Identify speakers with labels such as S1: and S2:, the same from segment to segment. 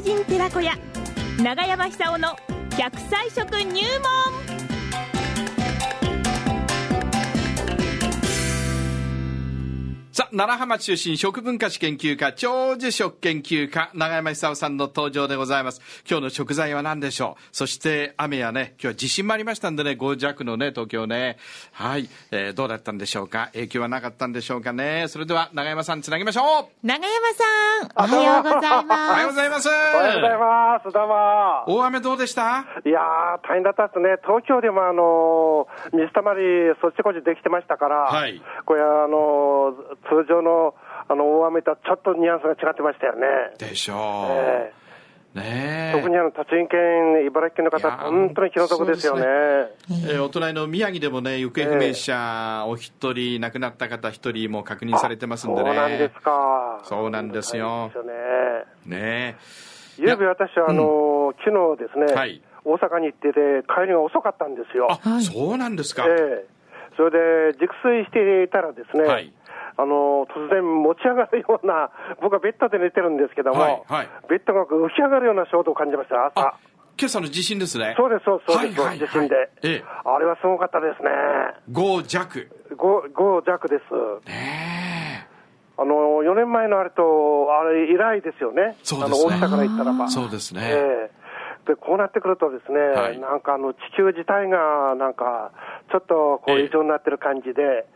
S1: 人寺子屋長山久夫の100歳食入門
S2: さあ、奈良浜出身食文化史研究家、長寿食研究家、長山久夫さんの登場でございます。今日の食材は何でしょうそして雨やね、今日は地震もありましたんでね、5弱のね、東京ね。はい、えーどうだったんでしょうか影響はなかったんでしょうかねそれでは、長山さんつなぎましょう
S1: 長山さんおはようござい
S2: おはよう
S1: ま
S2: ご
S1: す
S2: ざいます
S3: おはようございます。どうも。
S2: 大雨どうでした
S3: いやー、大変だったですね。東京でもあのー水たまり、そっちこっちできてましたから、
S2: はい
S3: これあのー通常の、あの、大雨とはちょっとニュアンスが違ってましたよね。
S2: でしょう、
S3: え
S2: ね
S3: え特にあの、栃木県、茨城県の
S2: いや
S3: 方、
S2: ー
S3: 本当に気の毒ですよね。
S2: えーお隣の宮城でもね、行方不明者、お一人、亡くなった方一人も確認されてますんでね。
S3: そうなんですか。
S2: そうなんですよ
S3: そうなんですよね。
S2: ねいや
S3: ゆうべ私はあのー昨日ですね、
S2: はい
S3: 大阪に行ってて、帰りが遅かったんですよ。
S2: あ、そうなんですか。
S3: ええそれで熟睡していたらですね、
S2: はい
S3: あの突然持ち上がるような、僕はベッドで寝てるんですけども、
S2: はいはい
S3: ベッドが浮き上がるような衝動を感じました、
S2: あ
S3: 朝。、
S2: 今朝の地震ですね。
S3: そうです、そうです、そうです、
S2: はいはいはい
S3: 地震で、
S2: ええ
S3: あれはすごかったですね。
S2: 5弱。
S3: 5, 5弱です。
S2: ねえ。
S3: あの、4年前のあれと、あれ以来ですよね。
S2: そう
S3: あ
S2: ですね
S3: の、大阪から行ったらば。
S2: そうですね。
S3: ええで、こうなってくるとですね、
S2: はい
S3: なんかあの、地球自体が、なんか、ちょっとこう
S2: ええ
S3: 異常になってる感じで、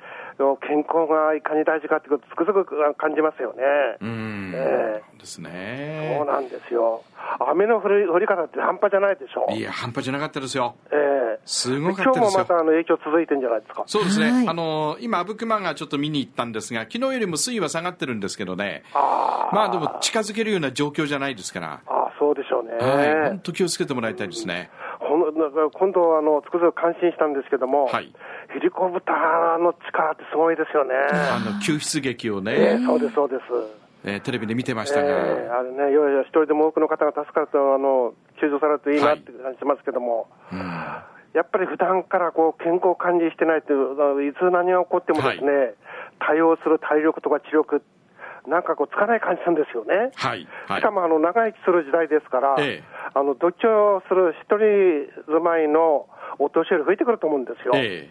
S3: 健康がいかに大事かってことつくづく感じますよね。
S2: うん。
S3: え
S2: です
S3: そ
S2: ね
S3: う。なんですよ。雨の降り降り方って半端じゃないでしょ。
S2: いや、半端じゃなかったですよ。
S3: ええ
S2: す
S3: で
S2: ごかった
S3: 今日
S2: で
S3: も
S2: す
S3: ま
S2: よ
S3: た。あの影響続いてんじゃないですか。
S2: そうですね、
S1: はい
S2: あの今、阿武隈がちょっと見に行ったんですが、昨日よりも水位は下がってるんですけどね、まあでも近づけるような状況じゃないですから、
S3: ああ、そうでしょうね。
S2: はい、本当気をつけてもらいたいですね。
S3: ほんなんか今度あの、つくづく感心したんですけども、
S2: はい
S3: ヘリコプターの力ってすごいですよね。
S2: あの救出劇を
S3: ええ
S2: ね、
S3: そうです、そうです。
S2: えーテレビで見てまし
S3: え
S2: たが、
S3: えあれね、いやいや、一人でも多くの方が助かると、あの救助されるといいなって感じしますけども、やっぱり普段からこう健康管理してないと、あのいつ何が起こってもですね、対応する体力とか知力、なんかこう、つかない感じなんですよね。
S2: はい、は
S3: し
S2: い
S3: か、もあの長生きする時代ですから、
S2: ええ
S3: あの独居する一人住まいのお年寄り増えてくると思うんですよ。
S2: え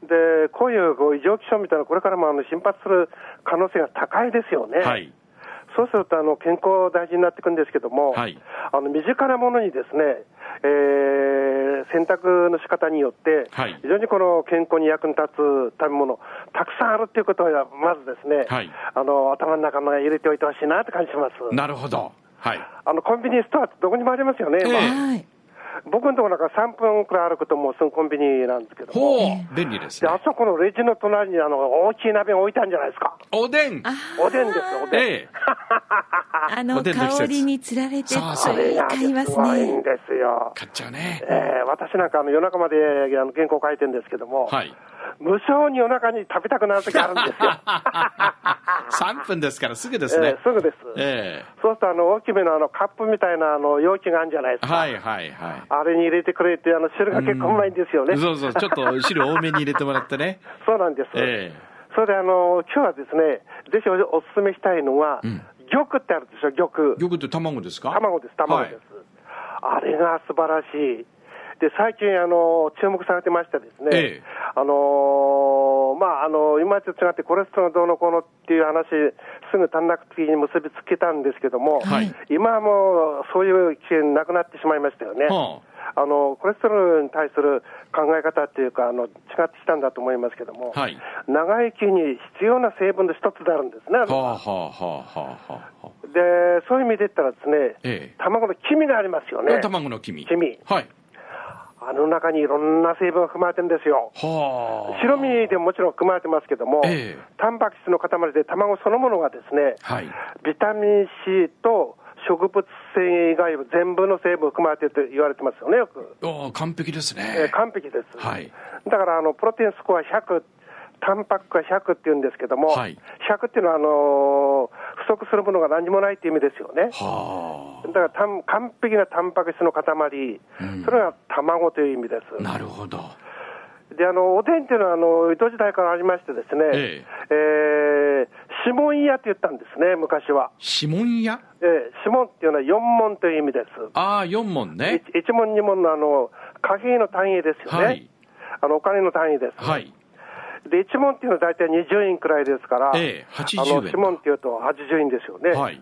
S3: で、こういうこう異常気象みたいなの、これからもあの頻発する可能性が高いですよね。
S2: えはい、
S3: そうするとあの健康大事になってくるんですけども、
S2: はい
S3: あの身近なものにですね、えー選択の仕方によって、
S2: はい
S3: 非常にこの健康に役に立つ食べ物、たくさんあるということは、まずですね、
S2: はい
S3: あの頭の中に入れておいてほしいなって感じします。
S2: なるほど、はい、
S3: あのコンビニストアってどこにもありますよね、
S2: ええ
S3: まあ
S1: はい
S3: 僕のところなんか3分くらい歩くと、もうすぐコンビニなんですけども。
S2: ほう、便利です
S3: で
S2: ね。
S3: あそこのレジの隣にあの大きい鍋が置いてあるんじゃないですか。
S2: おでん、
S3: おでんですよ、おでん。
S2: ええ
S1: あの
S2: おでんの季節
S1: 香りにつられて
S2: そうそう
S3: あれが
S1: 買いますす
S3: ごい
S1: ね
S3: んですよ。
S2: 買っちゃうね。
S3: えー私なんかあの夜中まであの原稿書いてるんですけども、
S2: はい。
S3: 無性に夜中に食べたくなる時あるんですよ。
S2: 3分ですからすぐ ですね
S3: えー。すぐです。
S2: え
S3: そうするとあの大きめのあのカップみたいなあの容器があるんじゃないで
S2: え
S3: すか。
S2: はいはいは
S3: あれに入れてくれって、あの汁が結構うまいんですよね。
S2: い。そうそう、ちょっと汁多めに入れてもらってね。
S3: そうなんです。
S2: ええ
S3: それであの、今日はですね、ぜひおお勧めしたいのは、玉ってあるでしょ、玉。
S2: よくって卵ですか
S3: 卵です、卵です
S2: はい。
S3: あれが素晴らしい。で、最近、あの、注目されてましたですね、
S2: ええ
S3: あのーまあ、あの、今と違ってコレステロールがどうのこうのっていう話、すぐ短絡的に結びつけたんですけども、
S2: はい
S3: 今はもう、そういう危険なくなってしまいましたよね。
S2: は
S3: あのコレステロールに対する考え方っていうか、あの違ってきたんだと思いますけども、
S2: はい
S3: 長生きに必要な成分の一つであるんですね、あ
S2: あ、
S3: の
S2: はあはあはあはあはあ。
S3: でそういう意味で言ったらですね、
S2: ええ
S3: 卵の黄身がありますよね。
S2: 卵の黄身。
S3: 黄身
S2: はい。
S3: あの中にいろんな成分が含まれてるんですよ。
S2: はあ。
S3: 白身でももちろん含まれてますけども、
S2: ええ
S3: タンパク質の塊で卵そのものがですね、
S2: はい。
S3: ビタミン C と植物繊維以外は全部の成分含まれてると言われてますよね、よく。
S2: おー完璧です
S3: えー
S2: ね。
S3: 完璧です。
S2: はい
S3: だからあの、プロテインスコア100、タンパクが100って言うんですけども、
S2: はい
S3: 100っていうのはあのー不足するものが何もないっていう意味ですよね。
S2: は
S3: だからたん完璧なタンパク質の塊、それが卵という意味です。
S2: あ。なるほど。
S3: であのおでんっていうのはあの江戸時代からありましてですね、
S2: え
S3: えー指紋屋って言ったんですね、昔は。
S2: 指紋屋
S3: ええ指紋っていうのは4問という意味です。
S2: ああ、4問ね。
S3: 1, 問、2問のあの、紙幣の単位ですよね。
S2: はい
S3: あの、お金の単位です。
S2: はい。
S3: で、1問っていうのは大体20円くらいですから、
S2: ええ80
S3: あ
S2: 円
S3: の、指紋っていうと80円ですよね。
S2: はい。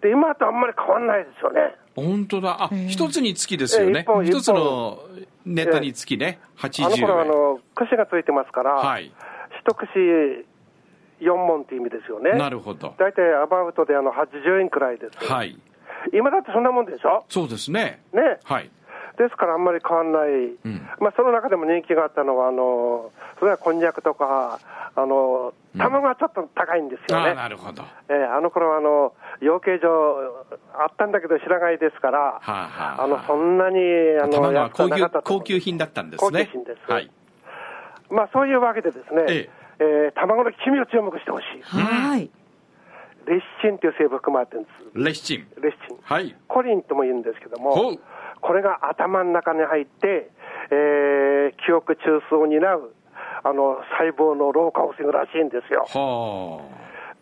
S3: で、今とあんまり変わんないですよね。
S2: 本当だ。あ、一つにつきですよ
S3: ええ
S2: ね
S3: 一。本
S2: 一つのネタにつきね。
S3: あの頃は
S2: 80
S3: あ
S2: 円。
S3: の、串がついてますから、
S2: はい
S3: 一串4問っていう意味ですよね。
S2: なるほど。
S3: 大体アバウトであの80円くらいです。
S2: はい。
S3: 今だってそんなもんでしょ
S2: そうですね。
S3: ね。
S2: はい。
S3: ですからあんまり変わんない、
S2: ん
S3: まあ、その中でも人気があったのは、あのそれはこんにゃくとか、あの卵がちょっと高いんです
S2: あ
S3: よね、
S2: あ、なるほど。は
S3: ええあの頃はあの養鶏場あったんだけど、白飼いですから、
S2: あ、はあ、
S3: あのそんなにあの
S2: 卵は
S3: 安く
S2: 高
S3: はなか
S2: 級
S3: ったと思
S2: 高
S3: う
S2: 級品だったんですね。
S3: 高級品です
S2: はい。
S3: まあ、そういうわけで、ですね、
S2: え
S3: ええ卵の黄身を注目してほしい、
S4: はい。
S3: レシチンという成分含まれてるんで
S2: レシチン。
S3: す、レシチン。
S2: はい。
S3: コリンとも言うんですけど
S2: ほ
S3: も
S2: う、
S3: これが頭の中に入って、えー記憶中枢を担う、あの、細胞の老化を防ぐらしいんですよ。
S2: は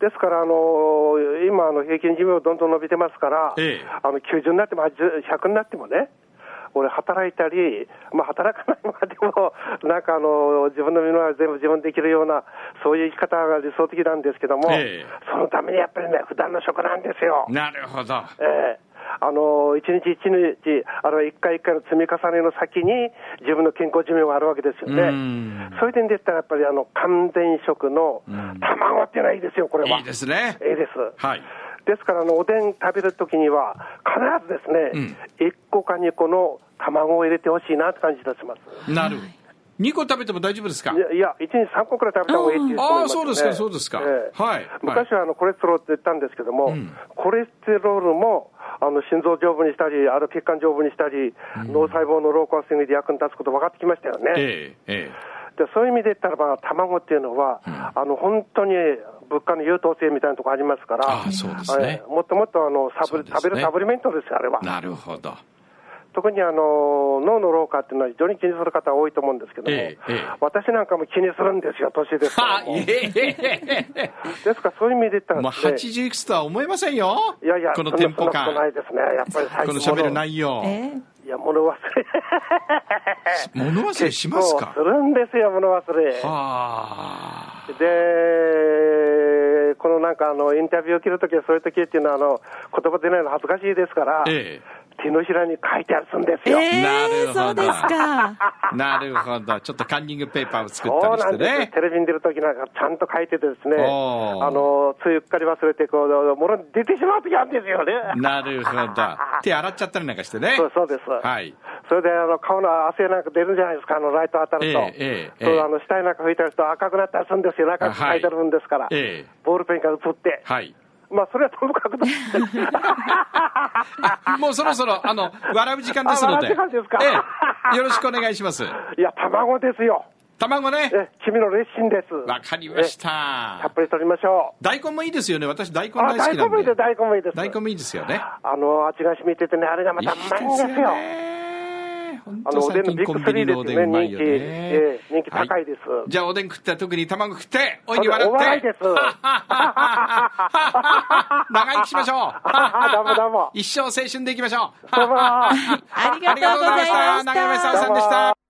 S3: ですから、あの、今、あの、平均寿命どんどん伸びてますから、
S2: ええ
S3: あの、90になっても、80 100になってもね、俺働いたり、まあ働かないまでも、 なんかあの、自分の身の回り全部自分でできるような、そういう生き方が理想的なんですけども、
S2: ええ
S3: そのためにやっぱりね、普段の食なんですよ
S2: あ。。なるほど。
S3: ええあの一日一日、あるいは一回一回の積み重ねの先に、自分の健康寿命があるわけですよ
S2: うん
S3: ね。そういう点で言ったら、やっぱりあの完全食の卵っていうのはいいですよ、これは。
S2: いいですね。
S3: いいです。
S2: はい。
S3: ですからあの、おでん食べるときには、必ずですね、1個か2個の卵を入れてほしいなって感じがします。
S2: なる。2個食べても大丈夫ですか
S3: いやいや、1日3個くらい食べた方がいいっていう人もいますよね
S2: あーそうですかそうですかはい
S3: 昔はあのコレステロールって言ったんですけども、
S2: ん
S3: コレステロールもあの心臓丈夫にしたり、ある血管丈夫にしたり、脳細胞の老化を防ぐで役に立つこと分かってきましたよね。
S2: ええ、え
S3: でそういう意味で言ったらば、卵っていうのは、あの本当に物価の優等生みたいなところありますから、
S2: あーそうですね
S3: えーもっともっとあのサ
S2: そ
S3: ブリ
S2: うですね
S3: 食べるサプリメントですよ、あれは
S2: え。。なるほ ど。
S3: 特にあの脳の老化っていうのは非常に気にする方多いと思うんですけども、
S2: ええええ
S3: 私なんかも気にするんですよ、年ですから
S2: はあ、
S3: も。
S2: いえいえ いえ。
S3: ですからそういう意味で言ったら
S2: まあ、
S3: ですね、
S2: 80いくつとは思えませんよ。
S3: いやいや、
S2: このテンポ
S3: そんなことな
S2: 感
S3: い。ですね。やっぱり最
S2: こ
S3: 近
S2: の喋る内容。
S4: えー
S3: いや、物忘れ。
S2: 物忘れしますか
S3: もうするんですよ、物忘れ。
S2: はあ。
S3: で、このなんかあの、インタビューを切るときはそういうときっていうのは、あの、言葉出ないの恥ずかしいですから、
S2: え
S3: 手のひらに書いてあるんですよ。
S2: な
S4: え
S2: る
S4: ー、
S2: ほど
S4: そうですか。
S2: え。なるほど。ちょっとカンニングペーパーを作っ
S3: そう
S2: た
S3: な
S2: りして
S3: んです
S2: ね
S3: よ。テ。レビに出るときなんかちゃんと書いててですね、
S2: おー
S3: あの、ついうっかり忘れて、こう、物に出てしまうときあるんですよね。
S2: なるほど。手洗っちゃったりなんかしてね。
S3: そうそうです。
S2: はい。
S3: それで、あの、顔の汗なんか出るんじゃないですか、あの、ライト当たると。
S2: ええええ
S3: そう、あの、下になんか拭いてると赤くなったりするんですよ。赤く書いてあるんですから。
S2: ええ
S3: ボールペンが映って。
S2: はい。
S3: まあ、それはともか くとして。
S2: あ、もうそろそろ、あの、笑う時間ですので。
S3: あ笑う時間ですか
S2: ええ。よろしくお願いします。
S3: いや、卵ですよ。
S2: 卵ね。
S3: え、君のレッシンです。
S2: わかりまし
S3: えた
S2: た
S3: っ。ぷり取りましょ
S2: 大根もいいですよね。私大根
S3: う。あ、
S2: 大好
S3: 大
S2: き
S3: 根
S2: なん
S3: もいいで
S2: で。
S3: す、大根もいいです。
S2: 大根もいいですよね。
S3: あの、味が染みててね、あれがま
S2: いい
S3: たうまいんですよ。
S2: ですよね。本
S3: あ
S2: 当
S3: の、おで
S2: 最
S3: ん
S2: 近
S3: のビッ
S2: コ
S3: グ
S2: ンビ
S3: スリ
S2: ニ
S3: ーで
S2: のお
S3: す
S2: で
S3: ね、
S2: んうま
S3: 人
S2: い
S3: 気。
S2: よ
S3: え
S2: ね
S3: え。人気高いです。
S2: はじゃあおでん食ったら特に卵食って、おいに
S3: それ
S2: 笑って。
S3: お笑いです
S2: 長生きし ましょう。
S3: どう もどうも
S2: 一生青春でいきましょう。
S3: どうも
S4: ありがとうございました
S2: ありがとうございました。長山久夫さんでした。